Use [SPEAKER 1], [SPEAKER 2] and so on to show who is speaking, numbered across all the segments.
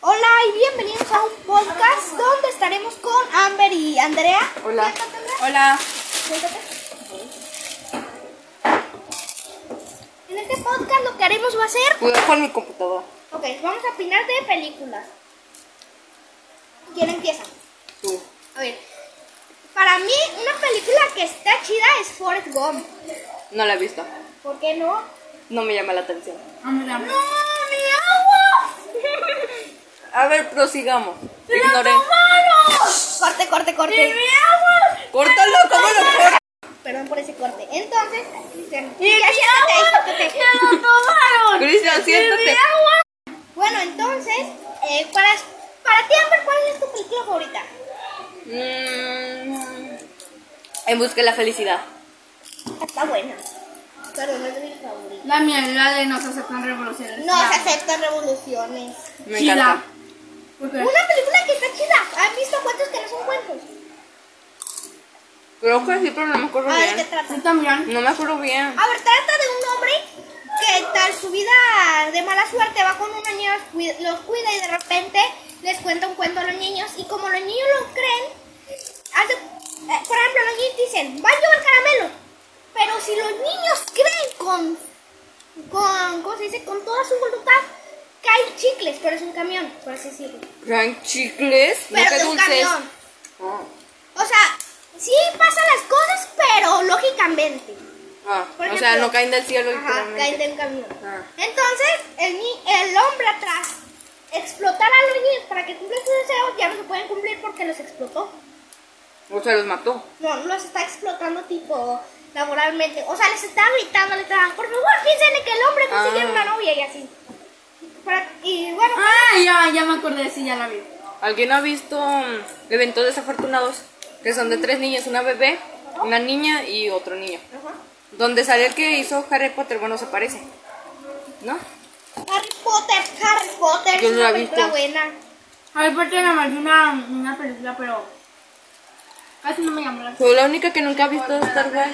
[SPEAKER 1] Hola y bienvenidos a un podcast donde estaremos con Amber y Andrea.
[SPEAKER 2] Hola.
[SPEAKER 1] Siéntate, Andrea.
[SPEAKER 2] Hola.
[SPEAKER 1] Siéntate. En este podcast lo que haremos va a ser...
[SPEAKER 2] Cuidado con mi computadora.
[SPEAKER 1] Ok, vamos a opinar de películas. ¿Quién empieza?
[SPEAKER 2] Tú.
[SPEAKER 1] A ver. Para mí, una película que está chida es Forrest Gump.
[SPEAKER 2] No la he visto.
[SPEAKER 1] ¿Por qué no?
[SPEAKER 2] No me llama la atención.
[SPEAKER 1] ¡No, mi agua!
[SPEAKER 2] A ver, prosigamos. Ignoré.
[SPEAKER 1] Corte, corte, corte.
[SPEAKER 2] Córtalo, ¿cómo lo cortas?
[SPEAKER 1] Perdón por ese corte. Entonces, Cristian, ya siéntate, siéntate.
[SPEAKER 2] Cristian, siéntate.
[SPEAKER 1] Bueno, entonces, eh, para, para ti, Amber, ¿cuál es tu película favorita?
[SPEAKER 2] Mm, en busca de la felicidad.
[SPEAKER 1] Está buena. Pero no es de mis favoritas.
[SPEAKER 3] La mierda de no se aceptan revoluciones.
[SPEAKER 1] No se aceptan revoluciones.
[SPEAKER 2] Me
[SPEAKER 3] Chila.
[SPEAKER 2] encanta.
[SPEAKER 3] Porque
[SPEAKER 1] Una película que está chida. ¿Han visto cuentos que no son cuentos?
[SPEAKER 2] Creo que sí, pero no me acuerdo
[SPEAKER 1] A ver, Ah, ¿qué Ah.
[SPEAKER 2] bien.
[SPEAKER 1] trata?
[SPEAKER 3] yo también.
[SPEAKER 2] No me acuerdo bien.
[SPEAKER 1] A ver, trata de un hombre que tal su vida de mala suerte va con unos niños, cuida- los cuida y de repente les cuenta un cuento a los niños y como los niños lo creen, hace- eh, por ejemplo, los niños dicen, va a llover caramelo, pero si los niños creen con, con, ¿cómo se dice? Con toda su voluntad, caen chicles, pero es un camión, por así decirlo.
[SPEAKER 2] ¿Gran chicles? No
[SPEAKER 1] Pero
[SPEAKER 2] que
[SPEAKER 1] es un
[SPEAKER 2] dulces.
[SPEAKER 1] camión.
[SPEAKER 2] Ah.
[SPEAKER 1] O sea, sí pasan las cosas, pero lógicamente.
[SPEAKER 2] Ah,
[SPEAKER 1] Por
[SPEAKER 2] o sea,
[SPEAKER 1] ejemplo.
[SPEAKER 2] no caen del cielo.
[SPEAKER 1] Ajá,
[SPEAKER 2] literalmente.
[SPEAKER 1] caen de un camión.
[SPEAKER 2] Ah.
[SPEAKER 1] Entonces, el, ni- el hombre atrás explotar a los niños para que cumplan sus deseos ya no se pueden cumplir porque los explotó.
[SPEAKER 2] O sea, los mató.
[SPEAKER 1] No, los está explotando tipo laboralmente. O sea, les está gritando, les está, por favor, piensen en que el hombre consigue
[SPEAKER 2] Ah.
[SPEAKER 1] una novia y así. Para- y bueno,
[SPEAKER 3] Ah, ya, ya me acordé, sí, ya la vi.
[SPEAKER 2] ¿Alguien ha visto mm, eventos desafortunados? Que son de tres niños, una bebé, una niña y otro niño.
[SPEAKER 1] ajá.
[SPEAKER 2] Donde sale el que hizo Harry Potter, bueno, se parece. ¿No?
[SPEAKER 1] Harry Potter, Harry Potter,
[SPEAKER 2] Yo
[SPEAKER 1] es
[SPEAKER 2] no la
[SPEAKER 1] una
[SPEAKER 2] he
[SPEAKER 1] película
[SPEAKER 2] visto.
[SPEAKER 1] buena.
[SPEAKER 3] Harry Potter nada más vi una, una película, pero casi no me llamó la atención.
[SPEAKER 2] Soy la única que nunca ha visto Star Wars.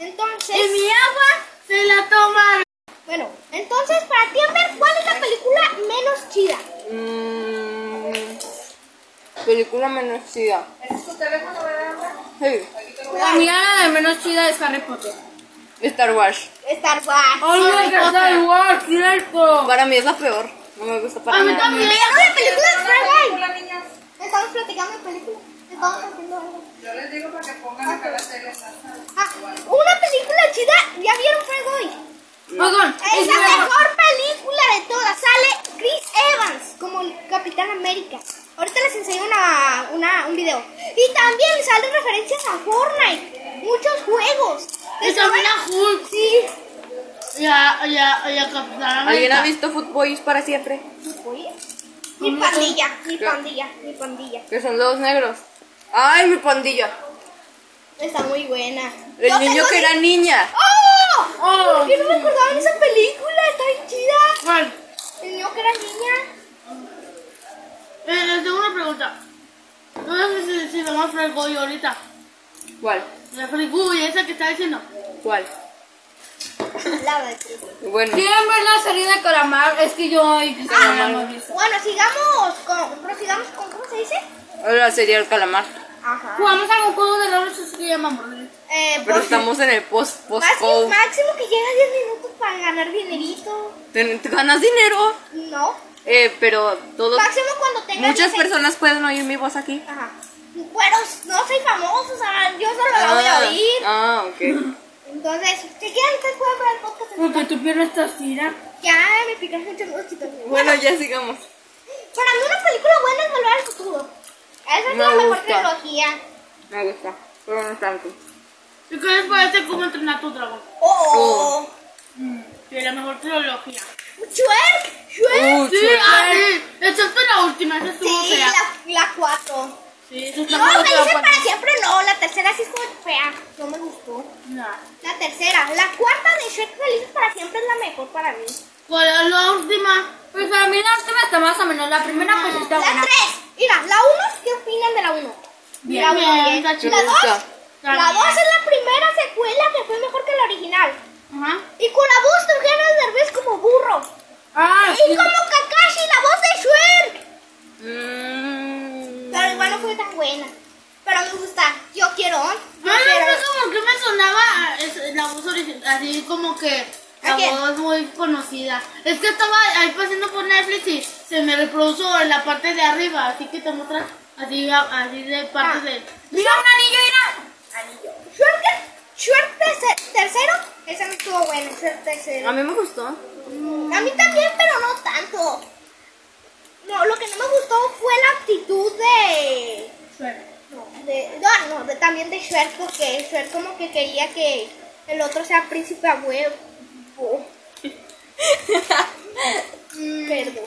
[SPEAKER 1] Entonces,
[SPEAKER 3] ¡Y mi agua se la tomaron!
[SPEAKER 1] bueno, entonces para ti, Amber, ¿cuál es la película menos chida?
[SPEAKER 2] Mm, película menos chida. Sí,
[SPEAKER 3] La mía la de menos chida es Harry Potter.
[SPEAKER 2] Star Wars.
[SPEAKER 1] Star Wars.
[SPEAKER 3] ¡Oh, my God, Star Wars, cierto!
[SPEAKER 2] Para mí es la peor. No me gusta para
[SPEAKER 3] A mí
[SPEAKER 2] nada.
[SPEAKER 3] también.
[SPEAKER 1] Me llamo de películas Fragile. Estamos platicando de películas. Estamos haciendo algo.
[SPEAKER 4] Yo les digo para que pongan acá la tele en la sala.
[SPEAKER 1] Ah, una película chida. ¿Ya vieron Fragile?
[SPEAKER 3] Oigan,
[SPEAKER 1] Es
[SPEAKER 3] es
[SPEAKER 1] la
[SPEAKER 3] nueva.
[SPEAKER 1] mejor película de todas. Sale Chris Evans como el Capitán América. Ahorita les enseño una, una- un video. Y también salen referencias a Fortnite. Muchos juegos.
[SPEAKER 3] Y también a Hulk.
[SPEAKER 1] Sí.
[SPEAKER 3] Ya, ya, ya, Capitán
[SPEAKER 2] ¿Alguien ha
[SPEAKER 3] América.
[SPEAKER 2] visto Footboys para siempre?
[SPEAKER 1] Oye, Mi pandilla, mi pandilla, mi pandilla.
[SPEAKER 2] Que son los negros. ¡Ay, mi pandilla!
[SPEAKER 1] Está muy buena.
[SPEAKER 2] El
[SPEAKER 1] Yo
[SPEAKER 2] niño
[SPEAKER 1] tengo
[SPEAKER 2] que era niña.
[SPEAKER 1] ¡Oh!
[SPEAKER 3] ¡Oh!
[SPEAKER 1] ¿Por qué no me acordaba de esa película? Está bien chida.
[SPEAKER 3] ¿Cuál?
[SPEAKER 1] El niño que era niña.
[SPEAKER 3] Eh, les tengo una pregunta. No sé si, si vemos Fred Boy ahorita.
[SPEAKER 2] ¿Cuál?
[SPEAKER 3] La Fred Boy, esa que está diciendo.
[SPEAKER 2] ¿Cuál?
[SPEAKER 1] La de ti.
[SPEAKER 2] Bueno.
[SPEAKER 3] ¿Quieren ver la serie de Calamar? Es que yo hoy vi Calamar. no he visto.
[SPEAKER 1] Ah, Bueno, sigamos con. Prosigamos con. ¿Cómo se dice?
[SPEAKER 2] Ahora sería el calamar.
[SPEAKER 1] Ajá.
[SPEAKER 3] Jugamos algún juego de raro, eso se llama morir.
[SPEAKER 1] Eh,
[SPEAKER 2] Pero
[SPEAKER 1] pues,
[SPEAKER 2] estamos en el post post
[SPEAKER 1] máximo, máximo que llega a 10 minutos para ganar dinerito.
[SPEAKER 2] Te, te ganas dinero.
[SPEAKER 1] No.
[SPEAKER 2] Eh, pero todos
[SPEAKER 1] Máximo cuando tengas.
[SPEAKER 2] muchas
[SPEAKER 1] dice-
[SPEAKER 2] personas pueden oír mi voz aquí.
[SPEAKER 1] Ajá. Pero no soy famoso, o sea, yo solo la voy a oír.
[SPEAKER 2] Ah, ok.
[SPEAKER 1] Entonces, si quieren, ustedes pueden ver el podcast. en-
[SPEAKER 3] Porque tu pierna está estira.
[SPEAKER 1] Ya me picaste mucho los chicos.
[SPEAKER 2] Bueno, ya sigamos.
[SPEAKER 1] Para mí una película buena es Volver al Futuro. Esa es
[SPEAKER 2] Me
[SPEAKER 1] la mejor
[SPEAKER 2] gusta.
[SPEAKER 1] trilogía.
[SPEAKER 2] Me gusta, pero no tanto.
[SPEAKER 3] ¿Y qué les parece este cómo entrenar a tu dragón?
[SPEAKER 1] ¡Oh!
[SPEAKER 3] Mm, que la mejor trilogía.
[SPEAKER 1] ¡Shrek! ¡Shrek!
[SPEAKER 2] Uh,
[SPEAKER 3] Sí,
[SPEAKER 2] chueca.
[SPEAKER 3] así. Excepto la última, esa estuvo
[SPEAKER 1] Sí,
[SPEAKER 3] fea.
[SPEAKER 1] la, la cuatro.
[SPEAKER 3] Sí, esa está
[SPEAKER 1] No, me
[SPEAKER 3] muy
[SPEAKER 1] dice
[SPEAKER 3] fea.
[SPEAKER 1] para siempre no. La tercera sí estuvo fea. No me gustó.
[SPEAKER 3] No.
[SPEAKER 1] La tercera. La cuarta de Shrek Feliz para siempre es la mejor para mí.
[SPEAKER 3] ¿Cuál es la última? Pues a mí la última está más o menos. La primera pues está
[SPEAKER 1] la
[SPEAKER 3] buena.
[SPEAKER 1] tres. Mira, la uno, ¿qué opinan de la uno?
[SPEAKER 3] Bien.
[SPEAKER 1] la uno,
[SPEAKER 3] Bien,
[SPEAKER 1] bien.
[SPEAKER 3] está
[SPEAKER 2] Me
[SPEAKER 3] chida.
[SPEAKER 1] La dos.
[SPEAKER 2] gusta.
[SPEAKER 1] La dos es la primera secuela que fue mejor que la original.
[SPEAKER 3] Ajá.
[SPEAKER 1] Y con la voz de Eugenio Derbez como burro.
[SPEAKER 3] Ah,
[SPEAKER 1] Y
[SPEAKER 3] sí.
[SPEAKER 1] como Kakashi, la voz
[SPEAKER 2] Mm,
[SPEAKER 1] pena. Pero me gusta. Yo quiero on. Yo
[SPEAKER 3] No, no,
[SPEAKER 1] quiero-
[SPEAKER 3] sé como que me sonaba a- es- la voz original, así como que
[SPEAKER 1] ¿A
[SPEAKER 3] la
[SPEAKER 1] quién?
[SPEAKER 3] voz muy conocida. Es que estaba ahí pasando por Netflix y se me reprodujo en la parte de arriba, así que te muestra así, a- así de parte
[SPEAKER 1] Ah.
[SPEAKER 3] de...
[SPEAKER 1] Mira un anillo, mira. Anillo. Short, short terce- tercero. Ese no estuvo bueno, short tercero.
[SPEAKER 2] A mí me gustó.
[SPEAKER 1] A mí también, pero no tanto. No, lo que no me gustó fue la actitud de. No, de, no, no, de- también de Shrek, porque Shrek como que quería que el otro sea príncipe abuelo. Mm, Perdón.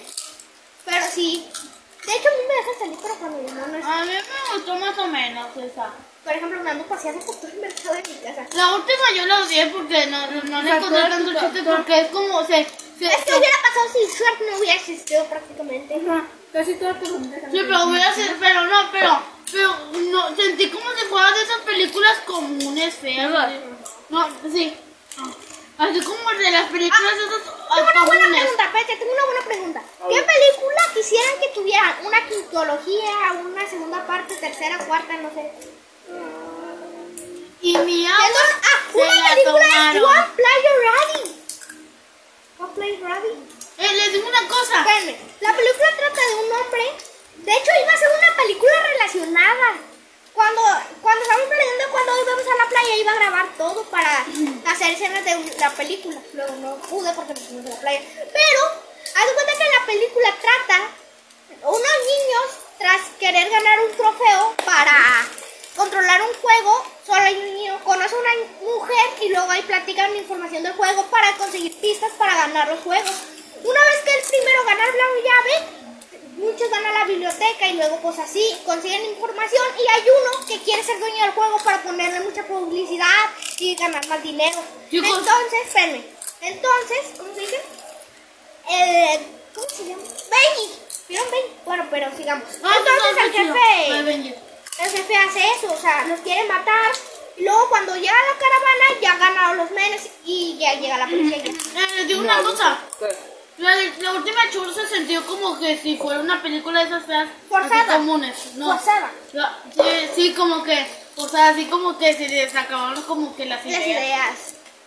[SPEAKER 1] Pero sí. De hecho, a mí me dejan salir, pero cuando mi mamá no es-
[SPEAKER 3] A mí me gustó más o menos esa.
[SPEAKER 1] Por ejemplo, me ando paseando por todo el mercado de mi casa.
[SPEAKER 3] La última yo la odié porque no, no, no le
[SPEAKER 1] Pero
[SPEAKER 3] encontré
[SPEAKER 1] tú-
[SPEAKER 3] tanto
[SPEAKER 1] tú-
[SPEAKER 3] chiste
[SPEAKER 1] tú-
[SPEAKER 3] porque es como se... se-
[SPEAKER 1] Es que hubiera pasado si Shrek no hubiera existido prácticamente.
[SPEAKER 4] Casi todas tus preguntas.
[SPEAKER 3] Sí, pero voy a hacer, pero no, pero, pero no, sentí como si fuera de esas películas comunes feas. así. No, sí. Así como de las películas esas
[SPEAKER 1] Tengo una
[SPEAKER 3] ah,
[SPEAKER 1] buena
[SPEAKER 3] comunes.
[SPEAKER 1] pregunta, espérate, tengo una buena pregunta. ¿Qué película quisieran que tuvieran una quintología, una segunda parte, tercera, cuarta, no sé?
[SPEAKER 3] Y mi
[SPEAKER 1] Ah,
[SPEAKER 3] agua se
[SPEAKER 1] una
[SPEAKER 3] la
[SPEAKER 1] película de
[SPEAKER 3] tomaron.
[SPEAKER 1] One Player Rally. One Player Rally.
[SPEAKER 3] Eh, les digo una cosa.
[SPEAKER 1] Espérenme, la película trata de un hombre. De hecho, iba a ser una película relacionada. Cuando, cuando estábamos planeando cuando íbamos a la playa, iba a grabar todo para hacer escenas de un- la película. Luego no pude porque me fuimos a la playa. Pero, haz de cuenta que la película trata unos niños, tras querer ganar un trofeo para controlar un juego, solo hay un niño, conoce a una mujer y luego ahí platican información del juego para conseguir pistas para ganar los juegos. Una vez que el primero gana la llave, muchos van a la biblioteca y luego pues así consiguen información y hay uno que quiere ser dueño del juego para ponerle mucha publicidad y ganar más dinero.
[SPEAKER 3] Chicos.
[SPEAKER 1] Entonces, espérenme. Entonces, ¿cómo se dice? Eh, ¿Cómo se llama? Benji. ¿Vieron Benji? Bueno, pero sigamos.
[SPEAKER 3] Ah,
[SPEAKER 1] Entonces
[SPEAKER 3] no,
[SPEAKER 1] el
[SPEAKER 3] qué chido. Ay,
[SPEAKER 1] jefe,
[SPEAKER 3] Benji.
[SPEAKER 1] el jefe hace eso, o sea, los quiere matar. Y luego cuando llega la caravana, ya han ganado los menes y ya llega la policía. y ya.
[SPEAKER 3] Eh, les digo una cosa.
[SPEAKER 2] ¿Qué?
[SPEAKER 3] La, la última chur se sintió como que si fuera una película de esas feas así
[SPEAKER 1] Forzada.
[SPEAKER 3] comunes. No.
[SPEAKER 1] Forzada.
[SPEAKER 3] La- sí, sí, como que, o sea, así como que se les acabaron como que las
[SPEAKER 1] Las
[SPEAKER 3] ideas.
[SPEAKER 1] ideas.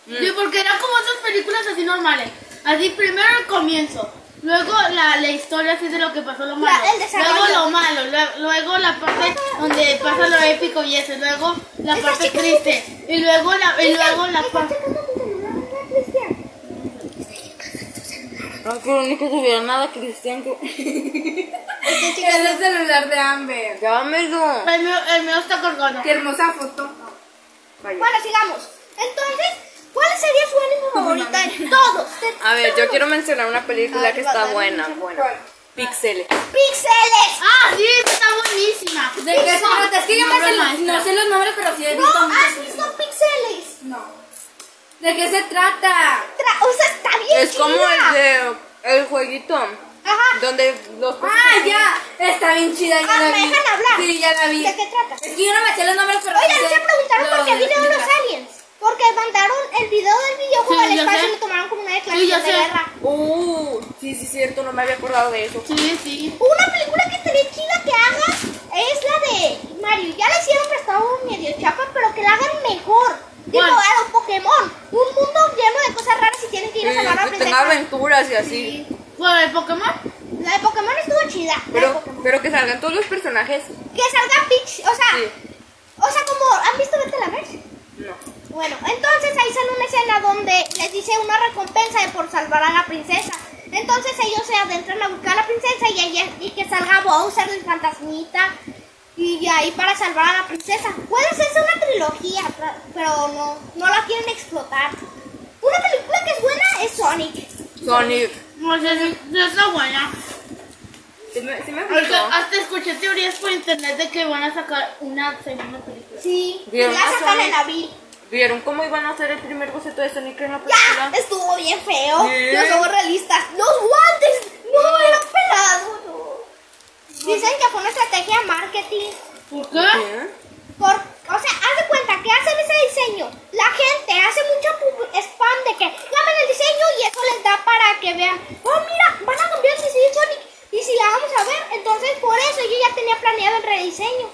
[SPEAKER 4] Mm.
[SPEAKER 3] Sí, porque eran como esas películas así normales. Así primero el comienzo, luego la, la historia así de lo que pasó lo malo,
[SPEAKER 1] el desarrollo.
[SPEAKER 3] luego lo malo, lue- luego, la parte donde pasa lo épico y eso, luego la
[SPEAKER 1] Esa
[SPEAKER 3] parte
[SPEAKER 1] chica-
[SPEAKER 3] triste y luego la
[SPEAKER 1] Este,
[SPEAKER 3] y luego la
[SPEAKER 1] Cristian,
[SPEAKER 3] parte
[SPEAKER 1] está checando tu celular, ¿verdad, Cristian?
[SPEAKER 2] No quiero ni que tuviera nada, Cristian. que-
[SPEAKER 1] Está
[SPEAKER 4] Es
[SPEAKER 1] checando-
[SPEAKER 4] el celular de Amber.
[SPEAKER 2] Ya, amigo.
[SPEAKER 3] el mío, el mío está colgado.
[SPEAKER 4] Qué hermosa foto. Vaya.
[SPEAKER 1] Bueno, sigamos. Entonces, ¿cuál sería su anime favorita de todos? Ah, De
[SPEAKER 2] A ver, yo
[SPEAKER 1] todos.
[SPEAKER 2] quiero mencionar una película que está
[SPEAKER 1] Dale,
[SPEAKER 2] buena.
[SPEAKER 1] dale,
[SPEAKER 2] Bueno, Pixeles.
[SPEAKER 1] ¡Pixeles!
[SPEAKER 3] Ah, sí, está buenísima.
[SPEAKER 4] ¿De qué se trata? Es que yo me sé, los- no sé los nombres, pero sí he
[SPEAKER 1] ¿No
[SPEAKER 4] visto
[SPEAKER 1] has
[SPEAKER 4] muchas
[SPEAKER 1] visto pixeles?
[SPEAKER 4] No. ¿De qué se trata?
[SPEAKER 1] Tra- o sea, está bien
[SPEAKER 2] Es como
[SPEAKER 1] chida.
[SPEAKER 2] el de el jueguito
[SPEAKER 1] Ajá.
[SPEAKER 2] donde los
[SPEAKER 4] Ah, ya. Está bien chida. Ya
[SPEAKER 1] Ah,
[SPEAKER 4] la
[SPEAKER 1] me
[SPEAKER 4] vi.
[SPEAKER 1] dejan hablar.
[SPEAKER 4] Sí, ya la vi.
[SPEAKER 1] ¿De qué trata?
[SPEAKER 4] Es que yo no me sé los nombres, pero
[SPEAKER 1] Oigan,
[SPEAKER 4] sí
[SPEAKER 1] no
[SPEAKER 4] sé
[SPEAKER 1] se preguntaron por qué
[SPEAKER 4] los-
[SPEAKER 1] vinieron los
[SPEAKER 4] los-
[SPEAKER 1] aliens. Porque mandaron el video del videojuego
[SPEAKER 3] Sí,
[SPEAKER 1] al
[SPEAKER 3] yo
[SPEAKER 1] espacio y
[SPEAKER 3] sé.
[SPEAKER 1] lo tomaron como una
[SPEAKER 3] Sí, yo
[SPEAKER 1] declaración de
[SPEAKER 3] sé.
[SPEAKER 1] guerra.
[SPEAKER 2] Uh, sí, sí, cierto, no me había acordado de eso.
[SPEAKER 3] Sí, sí.
[SPEAKER 1] Una película que estaría chida que haga es la de Mario. Ya la hicieron, pero estaba medio chapa, pero que la hagan mejor. Tipo
[SPEAKER 3] ¿Cuál?
[SPEAKER 1] a los Pokémon. Un mundo lleno de cosas raras y tienen que ir a
[SPEAKER 2] Sí,
[SPEAKER 1] salvar a la
[SPEAKER 2] que tenga
[SPEAKER 1] princesa.
[SPEAKER 2] aventuras y así.
[SPEAKER 1] Sí.
[SPEAKER 3] Bueno, el Pokémon.
[SPEAKER 1] La de Pokémon estuvo chida. la de
[SPEAKER 2] Pero,
[SPEAKER 1] Pokémon.
[SPEAKER 2] pero que salgan todos los personajes.
[SPEAKER 1] Que salga Peach, o sea,
[SPEAKER 2] Sí.
[SPEAKER 1] o sea, como han visto Vete a la vez.
[SPEAKER 2] No.
[SPEAKER 1] Bueno, entonces ahí sale una escena donde les dice una recompensa de por salvar a la princesa. Entonces ellos se adentran a buscar a la princesa y, ahí- y que salga Bowser el fantasmita y ahí para salvar a la princesa. Puede hacerse una trilogía, pra- pero no, no la quieren explotar. Una película que es buena es Sonic.
[SPEAKER 2] Sonic.
[SPEAKER 3] No sé, sí, sí está buena.
[SPEAKER 2] Sí me, sí me
[SPEAKER 3] Hasta,
[SPEAKER 2] gustó.
[SPEAKER 4] ah.
[SPEAKER 3] hasta escuché teorías por internet de que van a sacar una segunda película.
[SPEAKER 1] Sí, y
[SPEAKER 2] Bien,
[SPEAKER 1] la
[SPEAKER 2] ah,
[SPEAKER 1] sacan en
[SPEAKER 2] Sonic.
[SPEAKER 1] abril.
[SPEAKER 2] ¿Vieron cómo iban a hacer el primer boceto de Sonic en la película?
[SPEAKER 1] Ya, estuvo bien feo.
[SPEAKER 2] Sí.
[SPEAKER 1] Los ojos realistas. Los guantes. No, era pelado. no. Dicen que fue una estrategia marketing.
[SPEAKER 3] ¿Por qué?
[SPEAKER 2] ¿Qué?
[SPEAKER 1] Por, o sea, haz de cuenta que hacen ese diseño. La gente hace mucho pub- spam de que llamen el diseño y eso les da para que vean. Oh, mira, van a cambiar el diseño de Sonic. Y si la vamos a ver, entonces por eso yo ya tenía planeado el rediseño.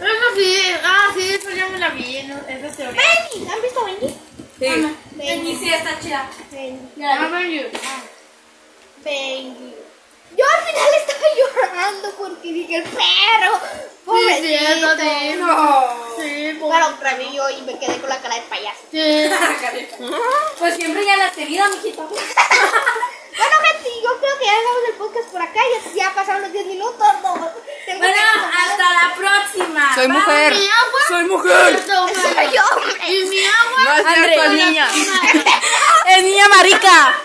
[SPEAKER 3] Eso sí, ah, sí, eso ya me la vi, ¿no? esa teoría.
[SPEAKER 1] Benji, ¿han visto Benji?
[SPEAKER 2] Sí.
[SPEAKER 4] Y sí, está chida.
[SPEAKER 1] Benji,
[SPEAKER 4] Eh,
[SPEAKER 3] Ya, no me ayuda.
[SPEAKER 1] Benji. Yo al final estaba llorando porque dije el perro.
[SPEAKER 3] Sí, sí, eso
[SPEAKER 1] Pobrecito.
[SPEAKER 3] sí.
[SPEAKER 2] No.
[SPEAKER 3] Sí,
[SPEAKER 1] Claro, grabé yo y me quedé con la cara de payaso.
[SPEAKER 3] Sí.
[SPEAKER 4] Pues siempre ya la seguida, mijito.
[SPEAKER 1] Bueno, gente, yo creo que ya dejamos el podcast por acá. Ya, ya pasaron los 10 minutos. No, tengo
[SPEAKER 4] Bueno,
[SPEAKER 1] que-
[SPEAKER 4] hasta la próxima.
[SPEAKER 2] Soy
[SPEAKER 4] Bye.
[SPEAKER 2] mujer.
[SPEAKER 3] mi agua.
[SPEAKER 2] Soy mujer.
[SPEAKER 1] 哎 Soy yo, hombre.
[SPEAKER 3] Y mi agua.
[SPEAKER 2] No es cierto, es niña.
[SPEAKER 3] Toma.
[SPEAKER 2] Es niña marica.